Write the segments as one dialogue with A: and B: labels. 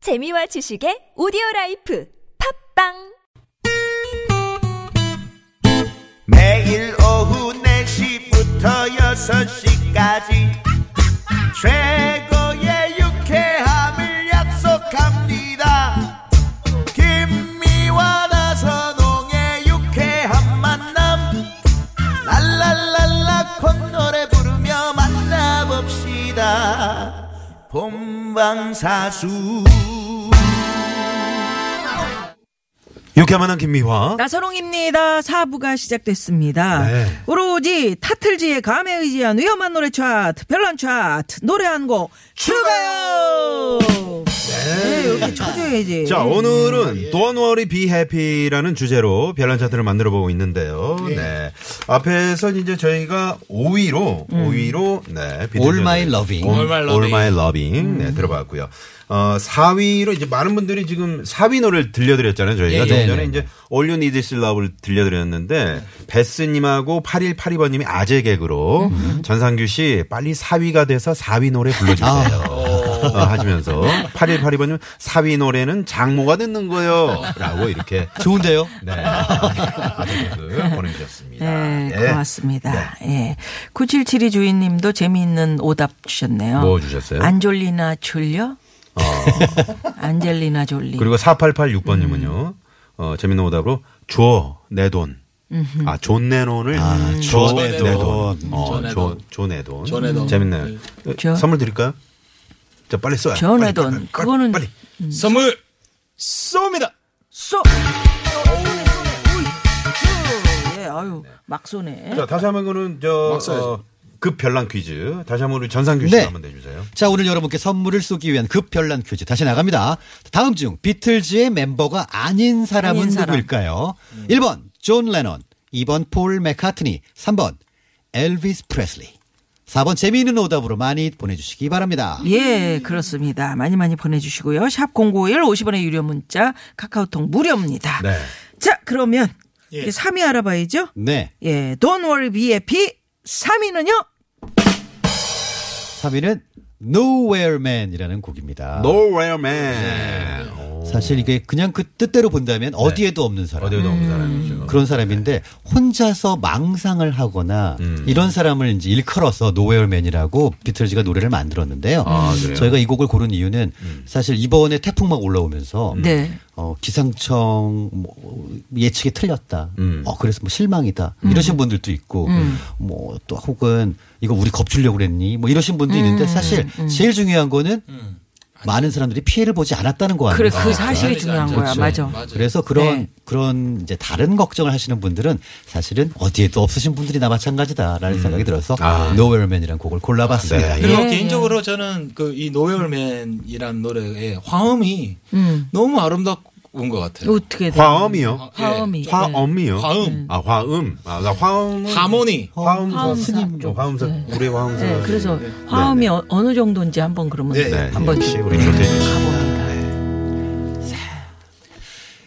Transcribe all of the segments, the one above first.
A: 재미와 지식의 오디오 라이프 팝빵
B: 매일 오후 4시부터 6시까지 최고의 유쾌함을 약속합니다 김미와 나선홍의 유쾌한 만남 랄랄랄라 콧노래 부르며 만나봅시다 본방사수 유쾌만한 김미화
C: 나선홍입니다. 사부가 시작됐습니다.
B: 네.
C: 오로지 타틀지의 감에 의지한 위험한 노래 차트, 별난 차트, 노래 한 곡 추가요! 네, 이렇게 쳐줘야지.
D: 자, 오늘은 Don't worry, be happy라는 주제로 별난 차트를 만들어 보고 있는데요. 네. 앞에서 이제 저희가 5위로, 5위로, 네.
E: All My Loving.
D: 음. All My Loving. 네, 들어봤고요. 어, 4위로 이제 많은 분들이 지금 4위 노래를 들려드렸잖아요. 저희가
E: 예,
D: 좀
E: 예.
D: 전에
E: 네,
D: 이제 All You Need Is Love를 들려드렸는데 베스님하고 8182번님이 아재 개그로 전상규 씨 빨리 4위가 돼서 4위 노래 불러주세요.
E: 아,
D: 어, 하시면서 8182번님 4위 노래는 장모가 듣는 거요. 라고 이렇게
E: 좋은데요?
D: 네. 아재 개그 보내주셨습니다.
C: 네,
D: 네.
C: 고맙습니다. 예. 9772 주인님도 재미있는 오답 주셨네요.
D: 뭐 주셨어요? 어.
C: 안졸리나 졸려? 안젤리나 졸리.
D: 그리고 4886번님은요. 어, 재밌는 오답으로 줘, 내 돈. 아, 존 내돈을 줘,
E: 줘,
D: 내
E: 내
D: 돈.
E: 돈.
D: 어,
F: 내
D: 줘,
F: 돈.
D: 줘, 내 돈.
F: 줘내 돈.
D: 재밌네요. 어,
C: 줘.
D: 선물 드릴까요? 자, 빨리 쏴요.
C: 줘, 내
D: 빨리,
C: 돈.
D: 빨리, 빨리,
C: 그거는-
D: 빨리.
F: 선물 쏩니다.
C: 쏘! 어, 쏘네, 쏘네. 오이, 쏘! 예, 아유, 막 쏘네.
D: 자, 다시 한번 그는 저
F: 써야죠.
D: 어, 급별난 퀴즈. 다시 한번 우리 전상규 씨가
E: 네.
D: 한번 내 주세요.
E: 자, 오늘 여러분께 선물을 쏘기 위한 급별난 퀴즈 다시 나갑니다. 다음 중 비틀즈의 멤버가 아닌 사람은
C: 아닌 사람.
E: 누구일까요? 1번 존 레논, 2번 폴 맥카트니, 3번 엘비스 프레슬리. 4번 재미있는 오답으로 많이 보내주시기 바랍니다.
C: 예, 그렇습니다. 많이 많이 보내주시고요. 샵 051, 50원의 유료 문자, 카카오톡 무료입니다.
D: 네.
C: 자, 그러면
F: 예.
C: 이제 3위 알아봐야죠.
E: 네.
C: 예, Don't worry, be happy. 3위는요?
E: 3위는 Nowhere Man이라는 곡입니다.
D: Nowhere Man. 오,
E: 사실 이게 그냥 그 뜻대로 본다면 어디에도 없는 사람.
D: 네. 어디에도 없는 사람이죠. 네.
E: 그런 사람인데 혼자서 망상을 하거나
D: 음.
E: 이런 사람을 이제 일컬어서 노웨어맨이라고 비틀즈가 노래를 만들었는데요.
D: 아, 그래요? 음.
E: 저희가 이 곡을 고른 이유는 사실 이번에 태풍 막 올라오면서
C: 네.
E: 어, 기상청 뭐 예측이 틀렸다.
D: 음.
E: 어, 그래서 뭐 실망이다.
C: 음.
E: 이러신 분들도 있고 뭐 또 혹은 이거 우리 겁주려고 그랬니? 뭐 이러신 분도
C: 음.
E: 있는데 사실 제일 중요한 거는
D: 음.
E: 많은 사람들이 피해를 보지 않았다는 거
C: 그래,
E: 아니에요?
C: 그 사실이 중요한 거야.
E: 그렇죠.
C: 맞아.
E: 그래서 그런
C: 네.
E: 그런 이제 다른 걱정을 하시는 분들은 사실은 어디에도 없으신 분들이나
C: 음.
E: 마찬가지다라는 생각이 들어서
D: 아.
E: 노웰맨이라는 곡을 골라봤습니다.
D: 네.
F: 그리고
C: 예,
F: 개인적으로 저는 그 이 노열맨이라는 노래의 화음이
C: 음.
F: 너무 아름다운 것 같아요.
C: 어떻게 돼?
D: 화음이요.
F: 예,
C: 화음이.
D: 화음이요.
F: 화음.
D: 아, 화음. 아, 나 화음.
F: 하모니.
D: 화음사.
C: 화음사.
D: 스님. 어, 화음사. 우리 화음사.
C: 네, 그래서 화음이 어, 어느 정도인지 한번 그러면
D: 네,
C: 한번
D: 역시 우리 조태준 씨. 네.
C: 가봅니다.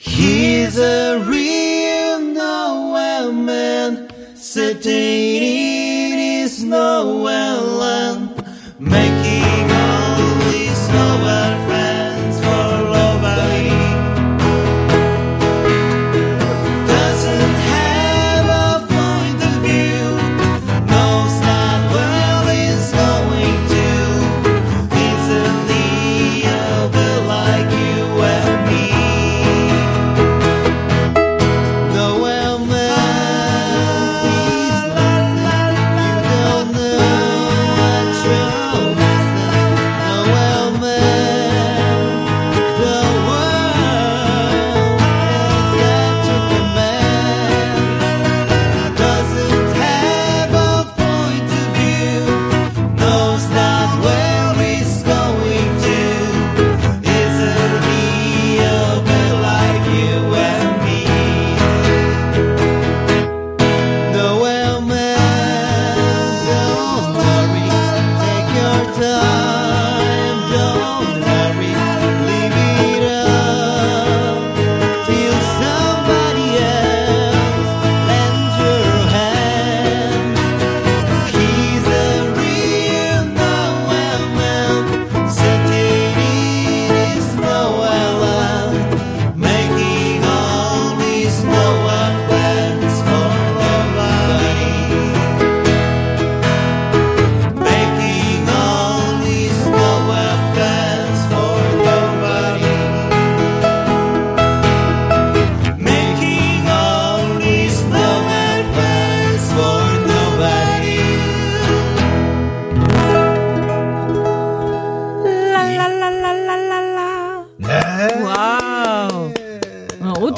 F: He's a real nowhere man sitting in his nowhere land making all these nowhere friends for nobody doesn't have a point of view knows not where he's going to he's a little bit like you and me Nowhere man, you don't know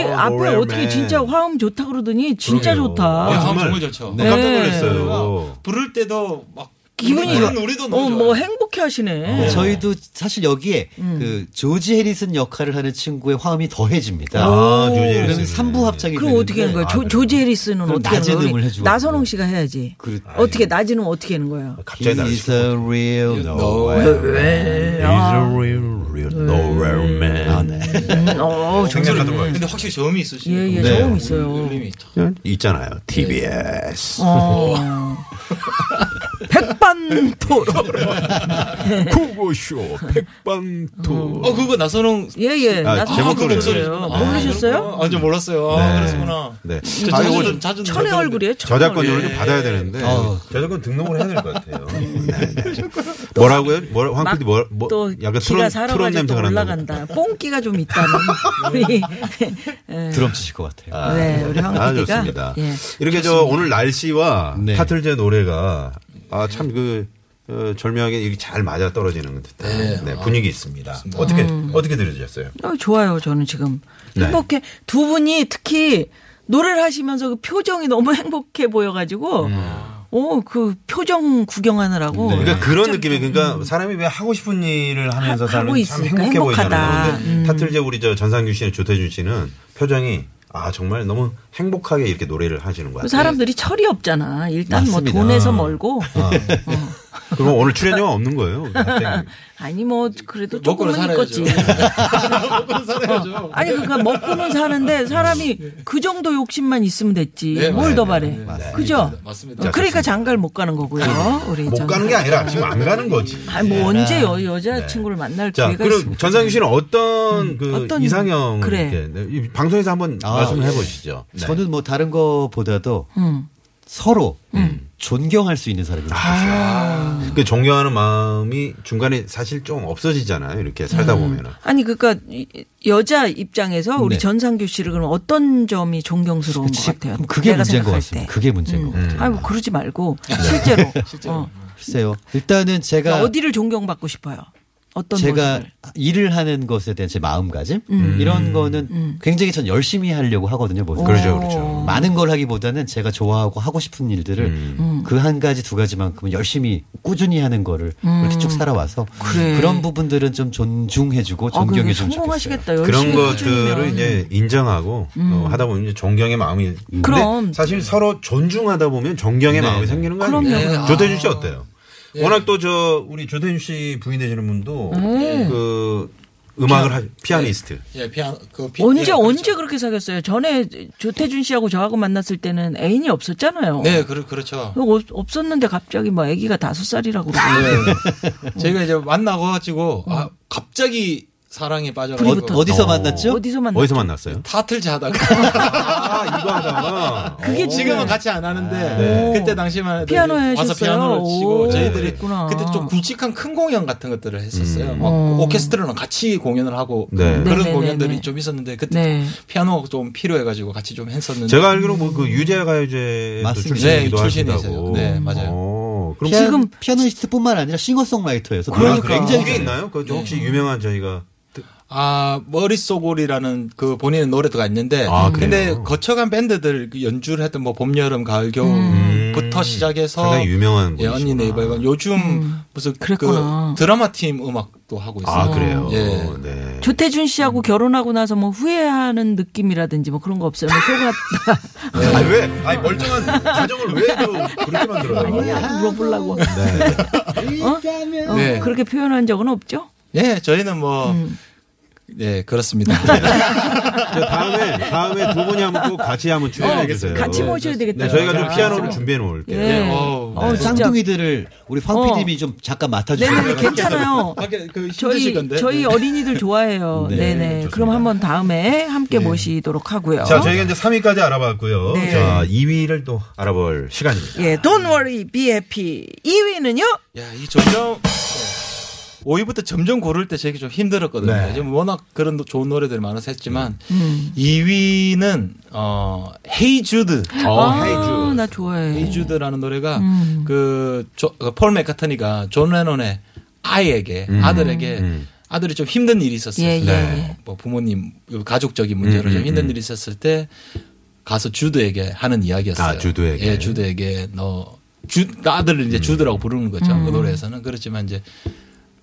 C: 어, 앞에 어떻게 진짜 화음 좋다 그러더니 진짜
G: 그러게요.
C: 좋다.
G: 아,
F: 야,
G: 정말.
F: 정말, 정말 좋죠.
G: 네.
F: 깜짝
G: 네.
F: 놀랐어요. 부를 때도 막
C: 기분이
F: 우리도
C: 좋아.
F: 우리도
C: 어,
F: 너무
C: 뭐
F: 좋아요.
C: 행복해 하시네.
E: 네. 저희도 사실 여기에
C: 음.
E: 그 조지 해리슨 역할을 하는 친구의 화음이 더해집니다.
G: 아, 조지 해리슨. 아,
E: 그러면 3부 합창이
C: 그럼 어떻게 하는
E: 되는데
C: 거야? 조, 조지 해리스는
E: 그럼
C: 어떻게 하는 거야?
E: 낮은 음을
C: 우리
E: 해주고.
C: 나선홍 씨가 해야지.
E: 그렇-
C: 어떻게 낮은 음 어떻게 하는 거야?
G: 갑자기 나를
E: He's a real
C: 네,
E: nowhere.
G: He's a real, real nowhere man.
E: 아, 네.
C: 음, 어,
F: 정말 근데 확실히 저음이 있으시니까.
C: 예, 예,
E: 네.
C: 저음 있어요.
F: 울림이 참.
G: 있잖아요. TBS.
C: 어. 백반토로.
G: 구호쇼 백반토.
F: 어 그거 나선홍
C: 예, 예.
G: 아,
C: 나선홍
G: 제목
C: 그
G: 노래예요.
C: 목소리예요.
F: 아,
C: 모르셨어요?
F: 그렇구나. 아, 저 몰랐어요. 아,
G: 네.
F: 그렇구나.
G: 네.
F: 저
G: 아,
F: 자주
G: 이거
F: 좀- 자주
C: 천의
F: 나서는데.
C: 얼굴이에요. 천의
G: 저작권료를
C: 얼굴.
G: 좀 예. 받아야 되는데
E: 어.
G: 저작권 등록을 해야 될 것 같아요. 뭐라고요? 뭐라, 황 PD 뭐, 뭐
C: 또 기가
G: 약간 트론,
C: 사러
G: 트론
C: 가지고
G: 냄새가 난다.
C: 올라간다. 뽕기가 좀 있다는 우리
E: 드럼 치실 것 같아요.
C: 네, 우리 황
G: 아,
C: PD가.
G: 좋습니다.
C: 예.
G: 이렇게 저 오늘 날씨와
E: 네.
G: 파틀제 노래가 아, 참 그, 어, 절묘하게 이게 잘 맞아 떨어지는 듯한 네, 분위기 있습니다. 어떻게,
C: 음.
G: 어떻게 들으셨어요?
C: 어, 좋아요. 저는 지금
G: 네.
C: 행복해. 두 분이 특히 노래를 하시면서 그 표정이 너무 행복해 보여가지고 오 그 표정 구경하느라고
G: 음. 그러니까 그런 느낌이 그러니까 사람이 왜 하고 싶은 일을 하면서
C: 어, 네. 하- 하고
G: 사는 참
C: 있으니까
G: 행복해
C: 행복하다. 음.
G: 보이잖아요. 근데 타틀제 우리 저 전상규 씨나 조태준 씨는 표정이 아 정말 너무 행복하게 이렇게 노래를 하시는 거야.
C: 그 사람들이 철이 없잖아. 일단
E: 맞습니다.
C: 뭐 돈에서 멀고
G: 어. 그럼 오늘 출연료가 없는 거예요. 갑자기.
C: 아니 뭐 그래도
F: 먹고는
C: 조금은 있겠지.
F: 먹고는 살아야죠.
C: 아니 그러니까 먹고는 사는데 사람이 그 정도 욕심만 있으면 됐지.
F: 네,
C: 뭘 더
F: 맞습니다.
C: 바래?
F: 네,
C: 그죠?
F: 맞습니다.
C: 어, 그러니까 장가를 못 가는 거고요. 우리
G: 못
C: 전-
G: 가는 게 아니라 지금 안 가는 거지.
C: 아니 뭐 언제 여, 여자친구를 만날
G: 자,
C: 기회가
G: 그럼
C: 있습니까?
G: 전상규 씨는 어떤 그
C: 네, 음, 어떤
G: 이상형
C: 그래.
G: 이렇게 네, 이 방송에서 한번
E: 아,
G: 말씀해 보시죠. 네.
E: 저는 뭐 다른 거보다도
C: 음.
E: 서로 존경할 수 있는 사람이
C: 아,
E: 좋겠어요.
G: 그 존경하는 마음이 중간에 사실 좀 없어지잖아요. 이렇게 살다
C: 음.
G: 보면은.
C: 아니 그러니까 이- 여자 입장에서 우리
E: 네.
C: 전상규 씨를 그럼 어떤 점이 존경스러운 것 같아요?
E: 그럼 그게
C: 내가
E: 문제인 것
C: 생각할 때.
E: 같습니다.
C: 음.
E: 그게 네. 문제인 것 같아요.
C: 아이고 그러지 말고 실제로, 어. 그러니까
E: 글쎄요. 일단은 제가
C: 어디를 존경받고 싶어요? 어떤
E: 제가
C: 모습을?
E: 일을 하는 것에 대한 제 마음가짐 이런 거는
C: 음.
E: 굉장히 전 열심히 하려고 하거든요. 뭐
G: 그렇죠, 그렇죠.
E: 많은 걸 하기보다는 제가 좋아하고 하고 싶은 일들을
C: 음.
E: 그 한 가지 두 가지만큼은 열심히 꾸준히 하는 거를 이렇게 쭉 살아와서
C: 음. 그래.
E: 런 부분들은 좀 존중해주고
C: 아, 그럼
E: 존경해주면 좋겠어요. 음.
C: 성공하시겠다. 열심히
G: 그런 것들을
C: 꾸준히면.
G: 이제 인정하고 어, 하다 보면 이제 존경의 마음이 근데
C: 그럼.
G: 사실 서로 존중하다 보면 존경의 마음이 생기는 거
C: 그럼요.
G: 아니에요? 조태준 씨 어때요? 워낙 또 저 우리 조태준 씨 부인 되시는 분도
C: 음.
G: 그 음악을 하, 피아니스트.
F: 예, 피아노 그 피-
C: 언제
F: 예, 그렇죠.
C: 언제 그렇게 사귀었어요? 전에 조태준 씨하고 저하고 만났을 때는 애인이 없었잖아요.
F: 네, 그 그렇죠.
C: 그거 없- 없었는데 갑자기 뭐 아기가 다섯 살이라고 그러고
E: 네.
F: 저희가 이제 만나고 가지고 아, 갑자기 사랑에
C: 음. 불이
F: 빠져가지고
C: 붙었다.
E: 어디서 만났죠?
C: 어디서 만났?
G: 어디서 만났어요?
F: 타틀즈 하다가
G: 아 이거 하다가
C: 그게
F: 지금은
C: 지금
F: 같이 안 하는데
G: 네.
F: 그때 당시만 해도
C: 피아노
F: 이제 와서
C: 하셨어요?
F: 피아노를 치고
C: 오,
F: 저희들이
C: 그랬구나.
F: 그때 좀 굵직한 큰 공연 같은 것들을 했었어요. 막 오케스트라랑 같이 공연을 하고
G: 네.
F: 그런
C: 네네네네.
F: 공연들이 좀 있었는데 그때
C: 네.
F: 피아노가 좀 필요해가지고 같이 좀 했었는데
G: 제가 알기로 뭐 그 유재 가요제
E: 맞습니다.
G: 출신이기도
F: 네,
G: 하시다고.
F: 출신이세요. 네, 맞아요.
G: 어, 그럼
E: 피아,
C: 지금-
E: 피아노리스트뿐만 아니라 싱어송라이터여서 노래를
G: 그러니까
E: 굉장히
G: 그게
E: 잘해요.
G: 있나요?
F: 네.
G: 그 혹시 유명한 저희가
F: 아 머릿속으로라는 그 본인의 노래가 있는데
G: 아,
F: 근데
G: 그래요?
F: 거쳐간 밴드들 그 연주를 했던 뭐 봄, 여름, 가을, 겨울부터 시작해서
G: 상당히 유명한
F: 예, 언니
G: 분이시구나.
F: 네이버 이건 요즘 무슨 그
C: 그랬구나.
F: 드라마 팀 음악도 하고 있어요.
G: 아 그래요.
F: 예.
G: 네.
C: 조태준 씨하고 결혼하고 나서 뭐 후회하는 느낌이라든지 뭐 그런 거 없어요? 뭐 속았다.
G: 아니 왜? 아니 멀쩡한 가정을 왜또 그렇게
E: 아.
G: 만들어요?
C: 물어보려고.
E: 네.
C: 어,
F: 네.
C: 그렇게 표현한 적은 없죠?
F: 예, 저희는 뭐,
C: 음.
F: 예, 그렇습니다.
G: 저 다음에 다음에 두 분이 한번 꼭 같이 한번 출연해 주세요.
C: 어, 같이 모셔야 되겠다.
G: 네, 저희가 좀
C: 아,
G: 피아노를 준비해 놓을게요.
C: 예.
F: 네, 어우,
E: 어,
C: 진짜.
E: 쌍둥이들을 우리 황
C: 어.
E: PD님이 좀 잠깐
C: 네네 네,
E: 맡아주세요.
C: 괜찮아요.
F: 밖에 그 힘드실
C: 저희
F: 건데.
C: 저희 어린이들 좋아해요.
E: 네,
C: 네, 네
G: 좋습니다. 네.
C: 그럼 한번 다음에 함께 모시도록 하고요.
G: 자 저희가 이제 3위까지 알아봤고요.
C: 네.
G: 자 2위를 또 알아볼 시간입니다.
C: 예, Don't worry, be happy. 2위는요?
F: 네. 야, 이 점점. 5위부터 점점 고를 때 제게 좀 힘들었거든요.
G: 네.
F: 지금 워낙 그런 노- 좋은 노래들이 많아서 했지만
C: 음.
F: 2위는 어 헤이주드
G: 어,
C: 아,
G: 헤이주.
C: 나 좋아해.
F: 헤이주드라는 노래가
C: 음.
H: 그
G: 음.
F: 그폴 맥카트니가 존 레논의 아이에게 아들에게
H: 아들이 좀 힘든 일이 있었어요.
C: 예, 예,
H: 네.
C: 예.
H: 뭐 부모님 요 가족적인
G: 음,
H: 문제로 좀 힘든 일이 있었을 때 가서 주드에게 하는 이야기였어요.
G: 아, 주드에게. 음.
H: 예, 주드에게 너 주, 나 아들을 이제 주드라고 부르는 거죠.
C: 음.
H: 그 노래에서는 그렇지만 이제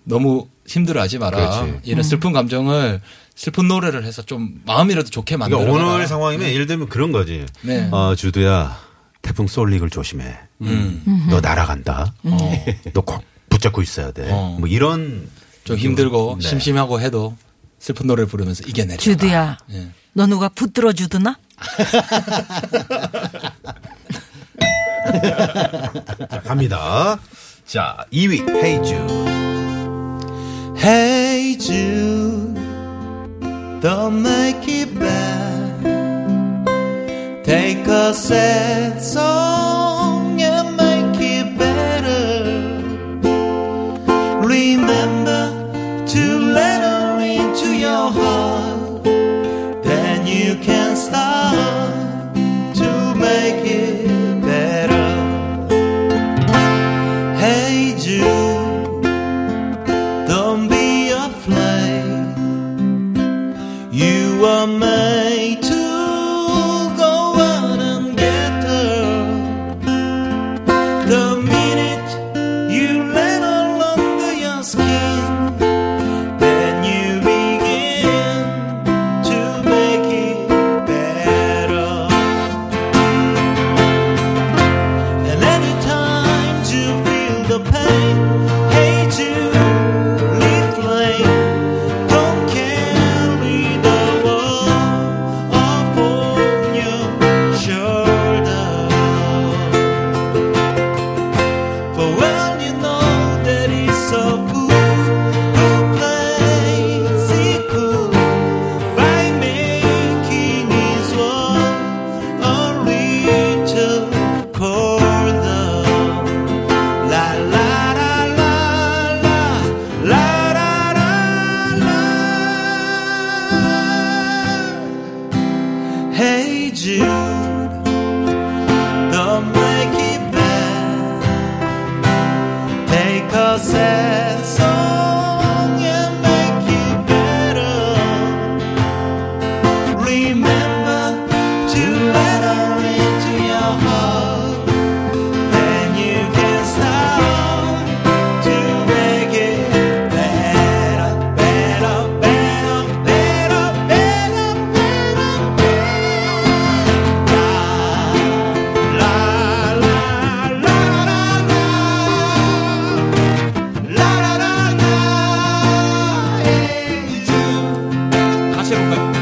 H: 너무 힘들어하지 마라.
G: 그렇지.
C: 음.
H: 이런 슬픈 감정을 슬픈 노래를 해서 좀 마음이라도 좋게 만들어.
G: 그러니까
H: 봐라.
G: 오늘 상황이면 예를 들면 그런 거지.
H: 네. 음.
G: 어, 주두야, 태풍 쏠릭을 조심해. 음. 너 날아간다. 너 꼭 붙잡고 있어야 돼.
H: 어.
G: 뭐 이런.
H: 좀 힘들고
G: 네.
H: 심심하고 해도 슬픈 노래를 부르면서 이겨내라.
C: 주드야.
G: 네.
H: 예.
C: 너 누가 붙들어 주드나?
G: 자, 갑니다. 자, 2위, 헤이즈.
H: Hey Jude, don't make it bad. Take a sad song and make it better. Remember to let her into your heart. Then you can start to make it better. Hey Jude. Don't be afraid. You are made to go out and get her. The minute you let her under your skin, then you begin to make it better. And anytime you feel the pain, hate you, leave flame. Don't carry the world upon your shoulder. For well you know that it's a fool who plays it cool by making his world a little colder. La la la la la la la la la. Hey Jude, don't make it bad. Take a sad song and make it better. Remember to let her into your heart. Then you can start to make it better, better, better, better, better, better, better. La, la, la, la, la, la. La, la, la, la, hey, you.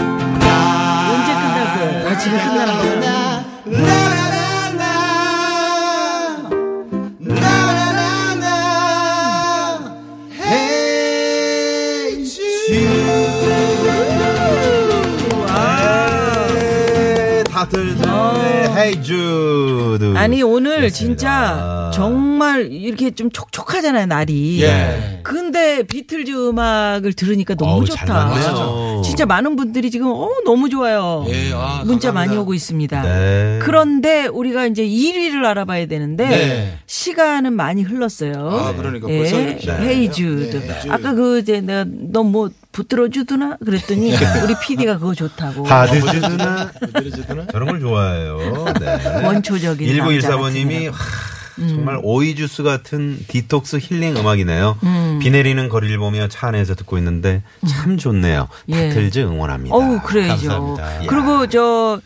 C: 언제 끝날
H: 아,
C: 거야? 나 지금 끝나는 거야.
G: 네, 다들 네, 헤이즈.
C: 아니 오늘 진짜 정말 이렇게 좀 촉촉하잖아요 날이.
G: 예.
C: 근데 비틀즈 음악을 들으니까 너무
G: 어우, 잘
C: 좋다.
G: 맞네요.
C: 진짜 많은 분들이 지금 어 너무 좋아요.
H: 예, 아,
C: 문자
H: 감사합니다.
C: 많이 오고 있습니다.
G: 네.
C: 그런데 우리가 이제 1위를 알아봐야 되는데
H: 네.
C: 시간은 많이 흘렀어요. 예.
H: 아, 그러니까 벌써 이렇게 시작이네요.
C: 헤이주드. 아까 그 이제 내가 너 뭐 붙들어 주드나 그랬더니
H: 네.
C: 우리 PD가 그거 좋다고.
H: 아,
G: 어, 다드즈드나
H: 드리지드는
G: 저런 걸 좋아해요. 네.
C: 원초적인 음.
G: 1914번님이 정말 오이 주스 같은 디톡스 힐링 음악이네요. 비 내리는 거리를 보며 차 안에서 듣고 있는데 참 좋네요.
C: 음. 예.
G: 다틀즈 응원합니다.
C: 어우, 그래야죠.
G: 감사합니다. 예. 음.
C: 그리고 저,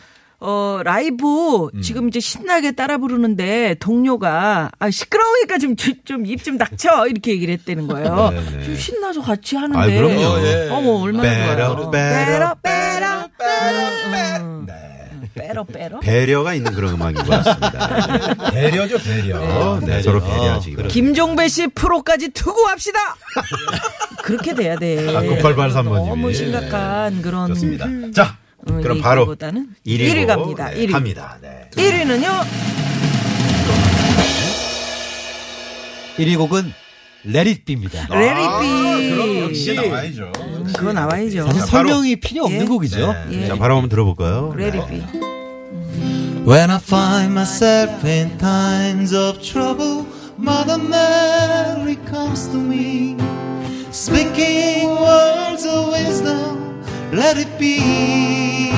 C: 어, 라이브 지금 이제 신나게 따라 부르는데 동료가 아, 시끄러우니까 좀, 좀, 좀 입 좀 닥쳐! 이렇게 얘기를 했다는 거예요.
G: 네, 네.
C: 좀 신나서 같이 하는데.
G: 아이, 그럼요. 예.
C: 어머, 얼마나
G: 빼라,
C: 좋아요. 음.
G: 빼라, 네.
C: 빼라, 빼라, 빼라, 빼라, 빼로 빼로.
G: 배려가 있는 그런 음악인 것 같습니다. 배려죠, 배려. 네, 서로 배려하시기 바랍니다.
C: 김종배 씨 프로까지 투구합시다. 그렇게 돼야 돼.
G: 아, 9883번
C: 너무
G: 님이.
C: 심각한 그런.
G: 좋습니다. 자,
C: 음,
G: 그럼 바로
C: 얘기보다는
G: 1위
C: 일위 갑니다.
G: 네,
C: 일위.
G: 갑니다. 네.
C: 음. 1위는요.
E: 1위 곡은 레릿비입니다.
G: 아,
C: 레리비.
D: 나와야죠.
C: 그거 나와야죠.
E: 사실
G: 자, 바로-
E: 설명이 필요 없는
C: 예.
E: 곡이죠.
G: 네. 자, 바로 한번 들어볼까요? 네.
C: 레리비.
H: When I find myself in times of trouble, Mother Mary comes to me, speaking words of wisdom, let it be.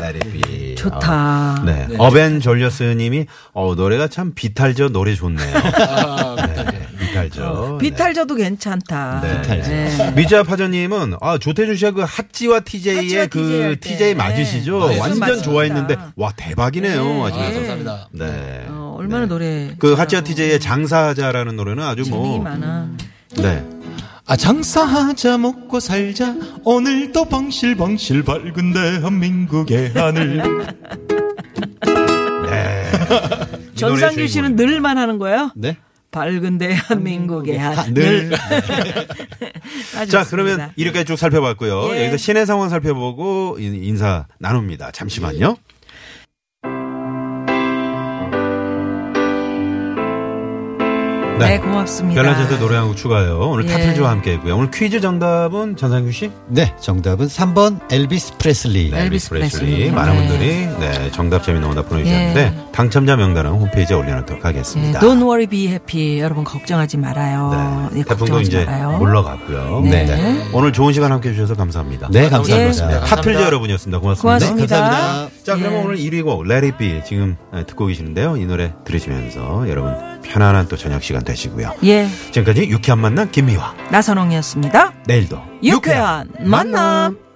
G: 레리비.
C: 좋다.
G: 아, 네. 어벤 졸리어스님이 어 노래가 참 비탈저 노래 좋네요. 네, 비탈저.
C: 어, 비탈저도 괜찮다.
G: 네.
E: 비탈저.
C: 네.
G: 미자 파저님은 아 조태준 씨가 그 핫지와
C: 핫지와
G: TJ의
C: TJ
G: 그
C: 할 때.
G: TJ 맞으시죠?
C: 네.
G: 완전
C: 맞습니다.
G: 좋아했는데 와 대박이네요.
F: 아,
G: 아주.
F: 감사합니다.
G: 네.
C: 어, 얼마나
G: 네.
C: 노래.
G: 그
C: 잘하고.
G: 핫지와 TJ의 장사자라는 노래는 아주
C: 재능이
G: 뭐
C: 많아.
G: 네.
H: 아 장사하자 먹고 살자 오늘도 방실방실 밝은 대한민국의
G: 네.
H: 하늘
G: 이
C: 전상규
G: 노래의
C: 씨는 늘만 하는 거예요?
E: 네.
C: 밝은 대한민국의 하늘.
E: 늘.
G: 아, 네. 자, 그러면 이렇게까지 쭉 살펴봤고요.
C: 예.
G: 여기서 시내 상황 살펴보고 인- 인사 나눕니다. 잠시만요.
C: 네, 고맙습니다.
G: 별난제도 노래 한 곡 추가요. 오늘
C: 예.
G: 타틀즈와 함께 했고요. 오늘 퀴즈 정답은 전상규 씨?
E: 네, 정답은 3번 엘비스 프레슬리.
G: 네,
C: 엘비스
G: 엘비스
C: 프레슬리.
G: 프레슬리. 많은
C: 네.
G: 분들이 네, 정답 재미너무다 보내주셨는데 당첨자 명단은 홈페이지에 올려놓도록
C: 네,
G: 하겠습니다.
C: Don't worry, be happy. 여러분 걱정하지 말아요. 예,
G: 네, 태풍도
C: 걱정하지
G: 이제
C: 말아요.
G: 물러갔고요.
C: 네.
G: 네. 오늘 좋은 시간 함께 해주셔서 감사합니다.
E: 네, 감사합니다. 네,
G: 네, 타틀즈 여러분이었습니다. 고맙습니다.
C: 고맙습니다.
E: 감사합니다.
G: 자, 그러면
C: 예.
G: 오늘 1위 곡, Let It Be 지금 네, 듣고 계시는데요. 이 노래 들으시면서 여러분 편안한 또 저녁 시간 되시고요.
C: 예,
G: 지금까지 유쾌한 만남 김미화.
C: 나선홍이었습니다.
G: 내일도
C: 유쾌한 만남.